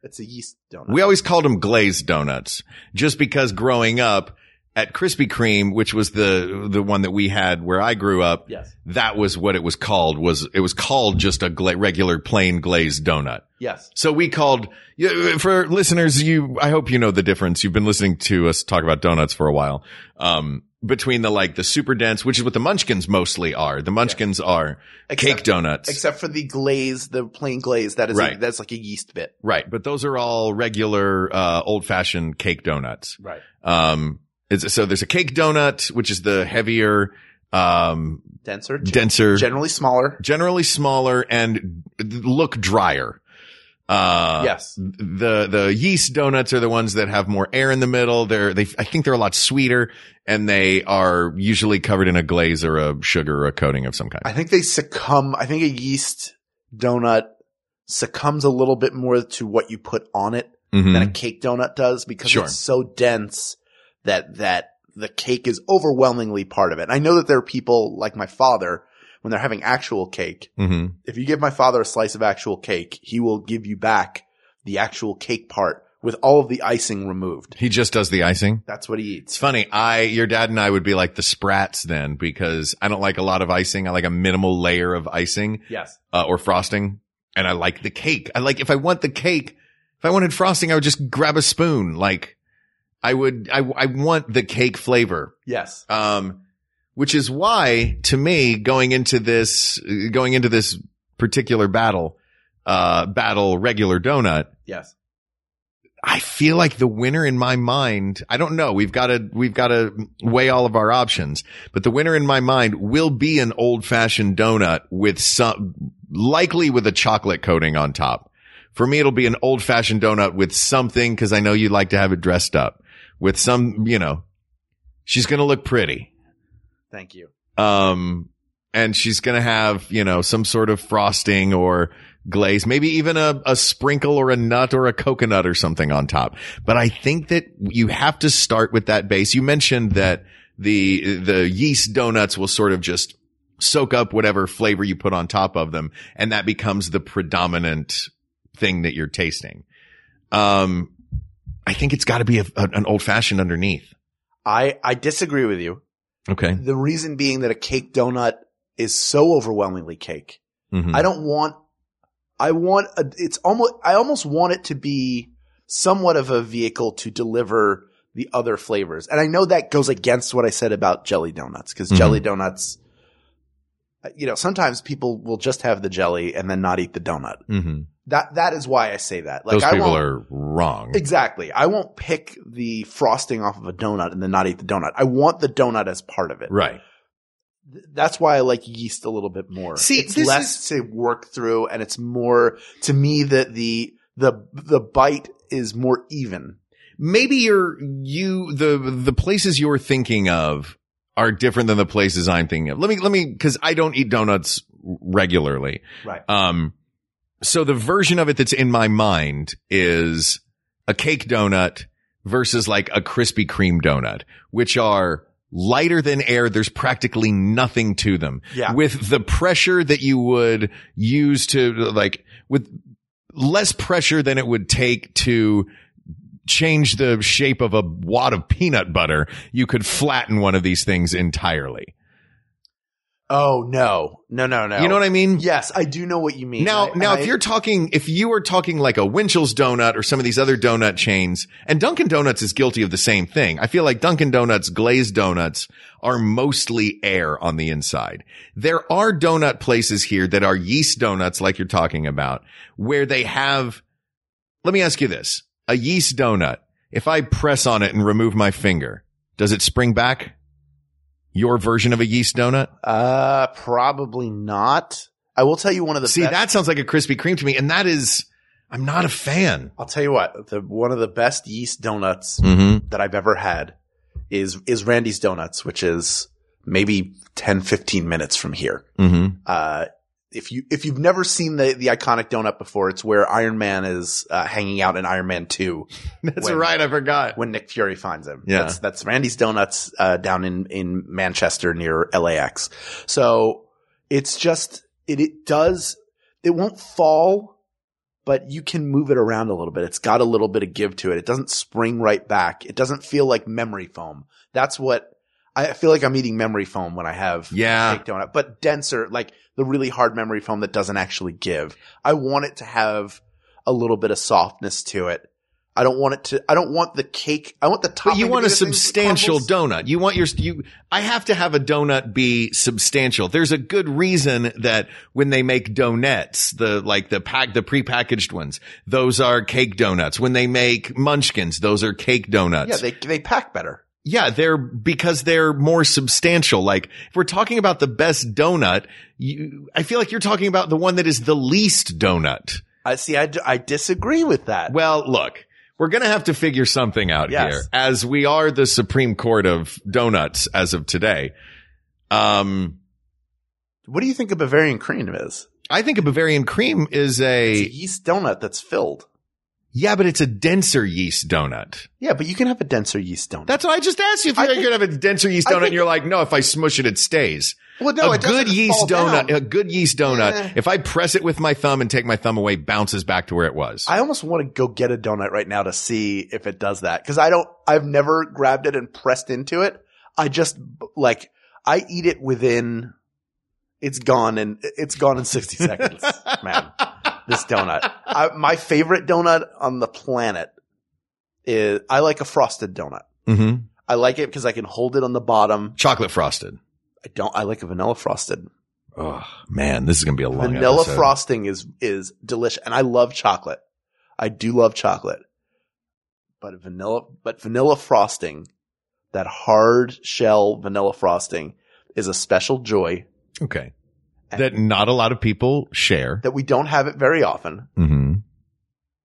It's a yeast donut.
We always called them glazed donuts just because growing up at Krispy Kreme, which was the the one that we had where I grew up,
Yes.
that was what it was called. Was it was called just a gla- regular plain glazed donut.
Yes.
So we called yeah, for listeners. You, I hope you know the difference. You've been listening to us talk about donuts for a while. Um, between the like the super dense, which is what the Munchkins mostly are. The Munchkins are
Except-
cake donuts,
Except for the glaze, the plain glaze. That is,
Right.
a, that's like a yeast bit.
right? But those are all regular, uh, old fashioned cake donuts.
Right.
Um, it's, so there's a cake donut, which is the heavier, um,
Denser.
denser,
Generally smaller.
generally smaller and look drier. Uh,
yes.
the the yeast donuts are the ones that have more air in the middle. They're they I think they're a lot sweeter and they are usually covered in a glaze or a sugar or a coating of some kind.
I think they succumb. I think a yeast donut succumbs a little bit more to what you put on it than a
Mhm.
cake donut does because
Sure.
it's so dense that that the cake is overwhelmingly part of it. And I know that there are people like my father when they're having actual cake.
Mhm.
If you give my father a slice of actual cake, he will give you back the actual cake part with all of the icing removed.
He just does the icing.
That's what he
It's
eats.
funny. I your dad and I would be like the sprats then because I don't like a lot of icing. I like a minimal layer of icing
Yes.
uh, or frosting and I like the cake. I like if I want the cake, if I wanted frosting, I would just grab a spoon. Like I would I I want the cake flavor.
Yes.
um, which is why to me going into this going into this particular battle uh battle regular donut
Yes.
i feel like the winner in my mind i don't know we've got to we've got to weigh all of our options but the winner in my mind will be an old fashioned donut with some likely with a chocolate coating on top for me it'll be an old fashioned donut with something cuz i know you like to have it dressed up with some you know she's going to look pretty
Thank you.
um, and she's gonna have you know some sort of frosting or glaze, maybe even a, a sprinkle or a nut or a coconut or something on top. But I think that you have to start with that base. You mentioned that the the yeast donuts will sort of just soak up whatever flavor you put on top of them, and that becomes the predominant thing that you're tasting. Um, I think it's got to be a, a- an old fashioned underneath.
I, I disagree with you.
Okay.
The reason being that a cake donut is so overwhelmingly cake.
Mm-hmm. Hmm.
I don't want, I want, a, it's almost, I almost want it to be somewhat of a vehicle to deliver the other flavors. And I know that goes against what I said about jelly donuts because
Mhm.
jelly donuts, uh, you know, sometimes people will just have the jelly and then not eat the donut.
Mm-hmm.
That that is why I say that.
Those
I
people
won't-
are wrong.
Exactly. I won't pick the frosting off of a donut and then not eat the donut. I want the donut as part of it.
Right.
Th- That's why I like yeast a little bit more.
See,
it's
this
less to work through and it's more to me that the the the bite is more even.
maybe you're you the the places you're thinking of are different than the places I'm thinking of. Let me let me because I don't eat donuts regularly.
Right.
Um. So the version of it that's in my mind is a cake donut versus like a Krispy Kreme donut, which are lighter than air. There's practically nothing to them.
Yeah.
With the pressure that you would use to like with less pressure than it would take to change the shape of a wad of peanut butter, you could flatten one of these things entirely.
Oh no. No no no.
You know what I mean?
Yes, I do know what you mean.
Now,
I-
now,
I-
if you're talking, if you are talking like a Winchell's donut or some of these other donut chains, and Dunkin' Donuts is guilty of the same thing. I feel like Dunkin' Donuts glazed donuts are mostly air on the inside. There are donut places here that are yeast donuts, like you're talking about, where they have. Let me ask you this: a yeast donut. If I press on it and remove my finger, does it spring back? Your version of a yeast donut?
Uh, probably not. I will tell you one of the
See,
best-
that sounds like a Krispy Kreme to me, and that is, I'm not a fan.
I'll tell you what, the one of the best yeast donuts
Mhm.
that I've ever had is is Randy's Donuts, which is maybe 10 15 minutes from here.
Mm-hmm.
Uh if you if you've never seen the the iconic donut before, it's where Iron Man is uh, hanging out in Iron Man 2
That's
When-
right. I forgot.
when Nick Fury finds him.
Yeah.
That's, that's Randy's Donuts uh, down in, in Manchester near LAX. So it's just, it, it does, it won't fall, but you can move it around a little bit. It's got a little bit of give to it. It doesn't spring right back. It doesn't feel like memory foam. That's what I feel like I'm eating memory foam when I have
Yeah.
cake donut, but denser, like the really hard memory foam that doesn't actually give. I want it to have a little bit of softness to it. I don't want it to. I don't want the cake. I want the top.
But you want a substantial donut. You want your you. I have to have a donut be substantial. There's a good reason that when they make donuts, the like the pack, the prepackaged ones, those are cake donuts. When they make munchkins, those are cake donuts.
Yeah, they they pack better.
Yeah, they're because they're more substantial. Like if we're talking about the best donut, you, I feel like you're talking about the one that is the least donut.
I see. I, d- I disagree with that.
Well, look, we're going to have to figure something out
Yes.
here as we are the Supreme Court of donuts as of today. Um,
what do you think a Bavarian cream is?
I think a Bavarian cream is a,
It's a yeast donut that's filled.
yeah, but it's a denser yeast donut.
Yeah, but you can have a denser yeast donut.
That's what I just asked you. If
I
you're going
think-
to have a denser yeast
I
donut,
think-
and you're like, no, if I smush it, it stays.
Well, no,
a
it doesn't
good yeast
fall
donut,
down.
a good yeast donut.
Eh.
If I press it with my thumb and take my thumb away, bounces back to where it was.
I almost want to go get a donut right now to see if it does that because I don't. I've never grabbed it and pressed into it. I just like I eat it within. It's gone and it's gone in sixty seconds, man. This donut. I, my favorite donut on the planet is. I like a frosted donut.
mm-hmm.
I like it because I can hold it on the bottom.
Chocolate frosted.
I don't. I like a vanilla frosted.
Oh man, this is going to be a long
vanilla
episode.
frosting is is delicious and i love chocolate i do love chocolate but vanilla but vanilla frosting that hard shell vanilla frosting is a special joy
Okay. That not a lot of people share.
that we don't have it very often
Mm-hmm.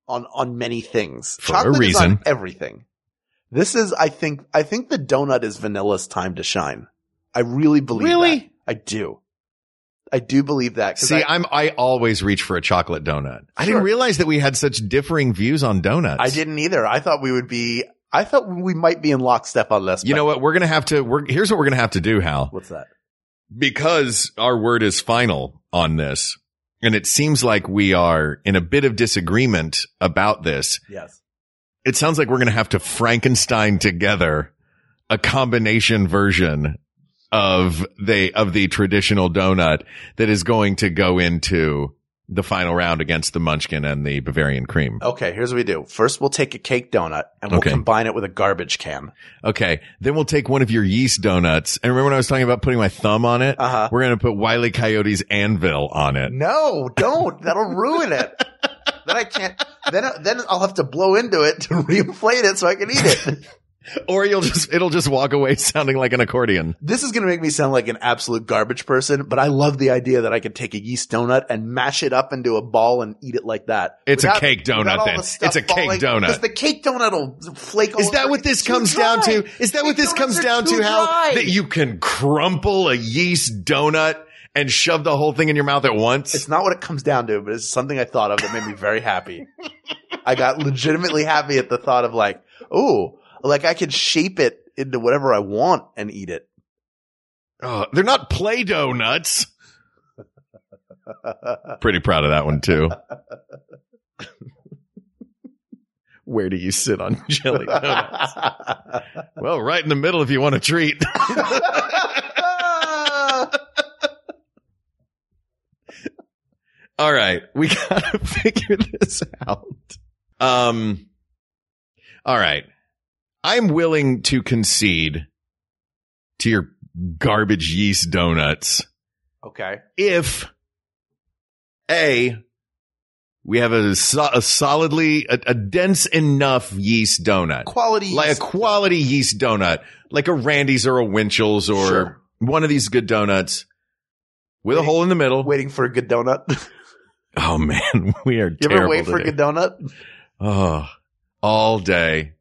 on on many things
For a
chocolate is
reason.
on everything this is i think i think the donut is vanilla's time to shine i really believe
Really?
that. i do i do believe that 'cause
See,
I,
I'm I always reach for a chocolate donut. I
Sure.
didn't realize that we had such differing views on donuts.
I didn't either i thought we would be i thought we might be in lockstep on this
You
but-
know what? We're gonna have to. We're here's what we're gonna have to do, Hal.
What's that?
because our word is final on this, and it seems like we are in a bit of disagreement about this.
Yes.
It sounds like we're going to have to Frankenstein together a combination version of the of the traditional donut that is going to go into the final round against the Munchkin and the Bavarian cream.
Okay, here's what we do. First, we'll take a cake donut and we'll
Okay.
combine it with a garbage can.
Okay, then we'll take one of your yeast donuts. And remember when I was talking about putting my thumb on it?
Uh-huh.
We're going to put Wiley Coyote's anvil on it.
No, don't. That'll ruin it. then I can't. Then then I'll have to blow into it to reinflate it so I can eat it.
or you'll just it'll just walk away sounding like an accordion.
This is going to make me sound like an absolute garbage person, but I love the idea that I could take a yeast donut and mash it up into a ball and eat it like that.
It's a
Without-
cake donut,
without all
then.
the stuff
It's a cake
falling-
donut.
'cause the cake donut will flake. all
Is that
over
what
it.
this
It's too
comes down
dry.
to? Is that what this
donuts
comes
are
down
too
to? How
dry.
that you can crumple a yeast donut and shove the whole thing in your mouth at once?
It's not what it comes down to, but it's something I thought of that made me very happy. I got legitimately happy at the thought of like, oh, like I could shape it into whatever I want and eat it.
Oh, they're not play donuts. Pretty proud of that one too. Where do you sit on jelly donuts? well, right in the middle if you want a treat. All right, we gotta figure this out. Um, all right, I'm willing to concede to your garbage yeast donuts
Okay.
if a we have a, so- a solidly a, a dense enough yeast donut
Quality
like
yeast
a quality yeast donut like a randy's or a winchell's or
Sure.
one of these good donuts with a hole in the middle
waiting for a good donut
oh man we are
You ever
terrible
wait for a
today.
good donut?
oh all day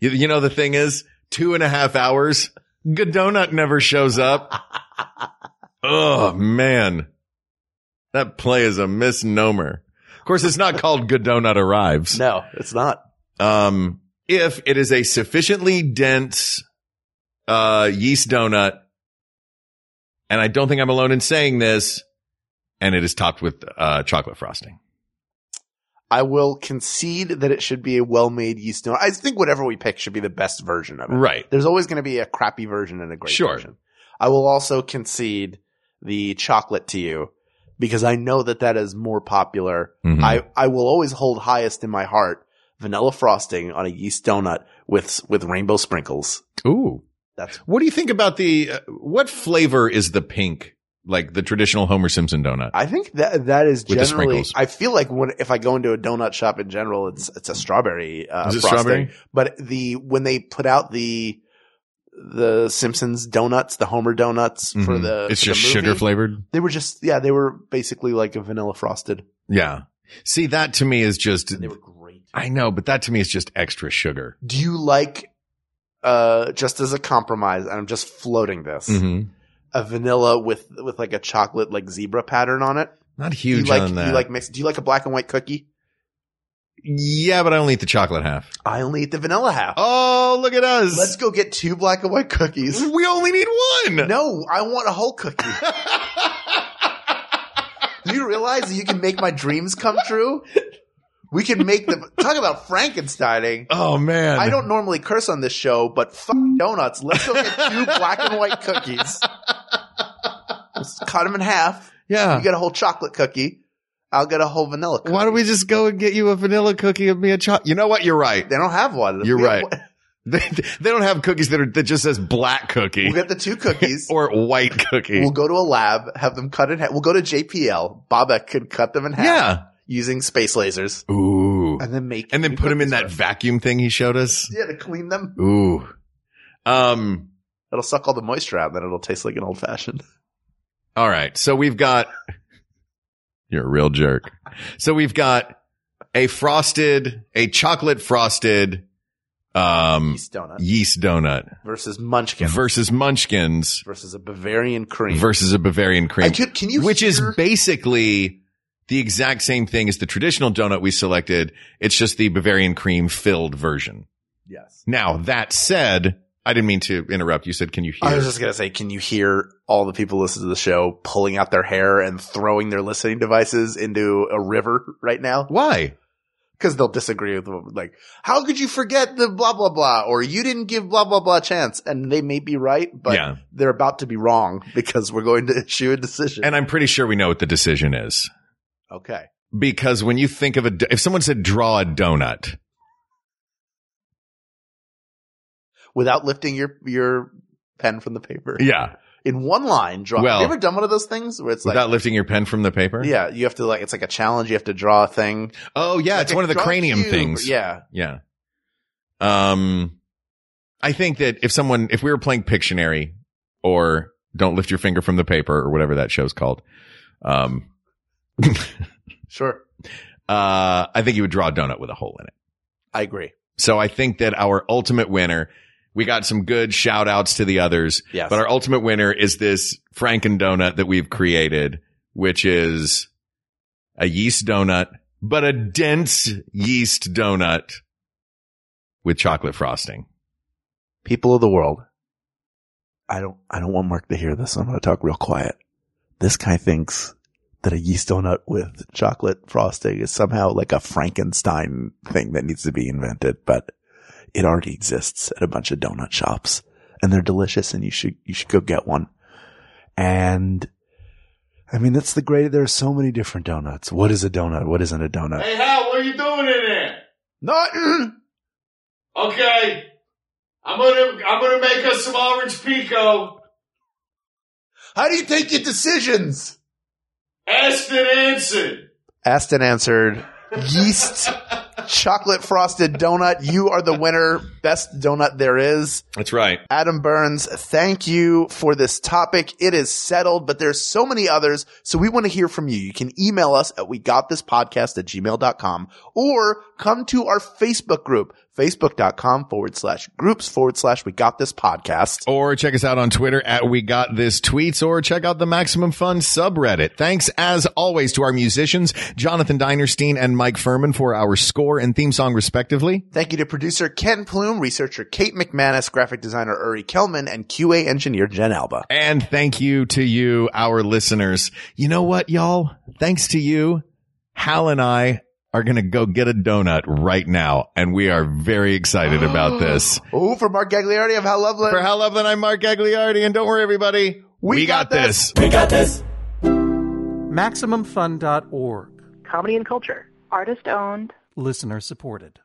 you, you know the thing is two and a half hours good donut never shows up oh man that play is a misnomer of course it's not called good donut arrives
No, it's not.
um, if it is a sufficiently dense uh, yeast donut, and I don't think I'm alone in saying this, and it is topped with uh, chocolate frosting.
I will concede that it should be a well-made yeast donut. I think whatever we pick should be the best version of it.
Right.
There's always going to be a crappy version and a great
Sure.
version. I will also concede the chocolate to you because I know that that is more popular.
Mhm.
I, I will always hold highest in my heart vanilla frosting on a yeast donut with with rainbow sprinkles.
Ooh.
That's
What do you think about the uh, what flavor is the pink? Like the traditional Homer Simpson donut.
I think that that is
With the
generally.
sprinkles.
I feel like when if I go into a donut shop in general, it's it's a strawberry. Uh,
Is it
frosting.
strawberry?
But the when they put out the the Simpsons donuts, the Homer donuts for
Mhm.
the
it's
for the
just sugar
movie,
flavored.
They were just yeah, they were basically like a vanilla frosted.
Yeah. See, that to me is just.
They were great.
I know, but that to me is just extra sugar.
Do you like uh just as a compromise? And I'm just floating this
Mhm.
a vanilla with with like a chocolate like zebra pattern on it.
Not
Do you
huge
like
on that.
you like mix? Do you like a black and white cookie?
yeah, but I only eat the chocolate half.
I only eat the vanilla half.
Oh, look at us.
Let's go get two black and white cookies.
We only need one.
No, I want a whole cookie. Do you realize that you can make my dreams come true? We can make them talk about Frankensteining.
Oh man.
I don't normally curse on this show, but fuck donuts. Let's go get two black and white cookies. Let's cut them in half.
Yeah.
You get a whole chocolate cookie. I'll get a whole vanilla cookie.
Why don't we just go and get you a vanilla cookie and me a chocolate? You know what? You're right.
They don't have one.
You're
We have
right.
one-
They, they don't have cookies that are that just says black cookie
We'll get the two cookies.
or white cookie.
We'll go to a lab, have them cut in half. We'll go to JPL. Bobek could cut them in half
Yeah.
using space lasers
Ooh.
and then make
And then
new
put them in
cookies
that
for us.
vacuum thing he showed us.
yeah to clean them.
Ooh. Um.
It'll suck all the moisture out, and then it'll taste like an old fashioned.
All right. So we've got. You're a real jerk. So we've got a frosted, a chocolate frosted, um,
Yeast donut
yeast donut
versus Munchkin
versus Munchkins.
versus a Bavarian cream.
versus a Bavarian cream,
I could- can you
which is
hear-
basically the exact same thing as the traditional donut we selected. It's just the Bavarian cream filled version.
yes.
Now that said, I didn't mean to interrupt. You said, "Can you hear?"
I was just gonna say, can you hear all the people listening to the show pulling out their hair and throwing their listening devices into a river right now?
Why?
Because they'll disagree with them. Like, how could you forget the blah blah blah, or you didn't give blah blah blah a chance? And they may be right, but
Yeah.
they're about to be wrong because we're going to issue a decision.
And I'm pretty sure we know what the decision is
okay,
because when you think of a, do- if someone said draw a donut,
without lifting your your pen from the paper,
yeah,
in one line draw.
Well-
have you ever done one of those things where it's like,
Without lifting your pen from the paper?
yeah, you have to like, it's like a challenge. You have to draw a thing.
Oh yeah,
Like
it's
a
one of the
draw
cranium
cube.
things.
Yeah.
Yeah. Um, I think that if someone, if we were playing Pictionary or don't lift your finger from the paper or whatever that show's called, um,
Sure.
uh, I think you would draw a donut with a hole in it.
I agree.
So I think that our ultimate winner, we got some good shout outs to the others,
Yes.
but our ultimate winner is this Franken donut that we've created, which is a yeast donut, but a dense yeast donut with chocolate frosting.
People of the world. I don't, I don't want Mark to hear this. I'm going to talk real quiet. This guy thinks that a yeast donut with chocolate frosting is somehow like a Frankenstein thing that needs to be invented, but it already exists at a bunch of donut shops and they're delicious and you should, you should go get one. And I mean, that's the great. There are so many different donuts. What is a donut? What isn't a donut?
Hey, Hal, what are you doing in there?
Nothing.
Okay. I'm gonna I'm gonna make us some orange pico.
How do you take your decisions?
Asked and answered.
Asked and answered. Yeast chocolate frosted donut. You are the winner. Best donut there is.
That's right.
Adam Burns, thank you for this topic. It is settled, but there's so many others. So we want to hear from you. You can email us at we got this podcast at gmail.com or come to our Facebook group, facebook.com forward slash groups forward slash we got this podcast.
Or check us out on Twitter at We Got This Tweets or check out the Maximum Fun subreddit. Thanks as always to our musicians, Jonathan Dinerstein and Mike Furman for our score and theme song respectively.
Thank you to producer Ken Plume, researcher Kate McManus, graphic designer Uri Kelman, and QA engineer Jen Alba.
And thank you to you, our listeners. You know what, y'all? Thanks to you, Hal and I are going to go get a donut right now. And we are very excited about this.
Oh, for Mark Gagliardi of How Loveland.
For Hal Loveland, I'm Mark Gagliardi. And don't worry, everybody, we, got, this.
We got this.
MaximumFun.org.
Comedy and culture. Artist owned.
Listener supported.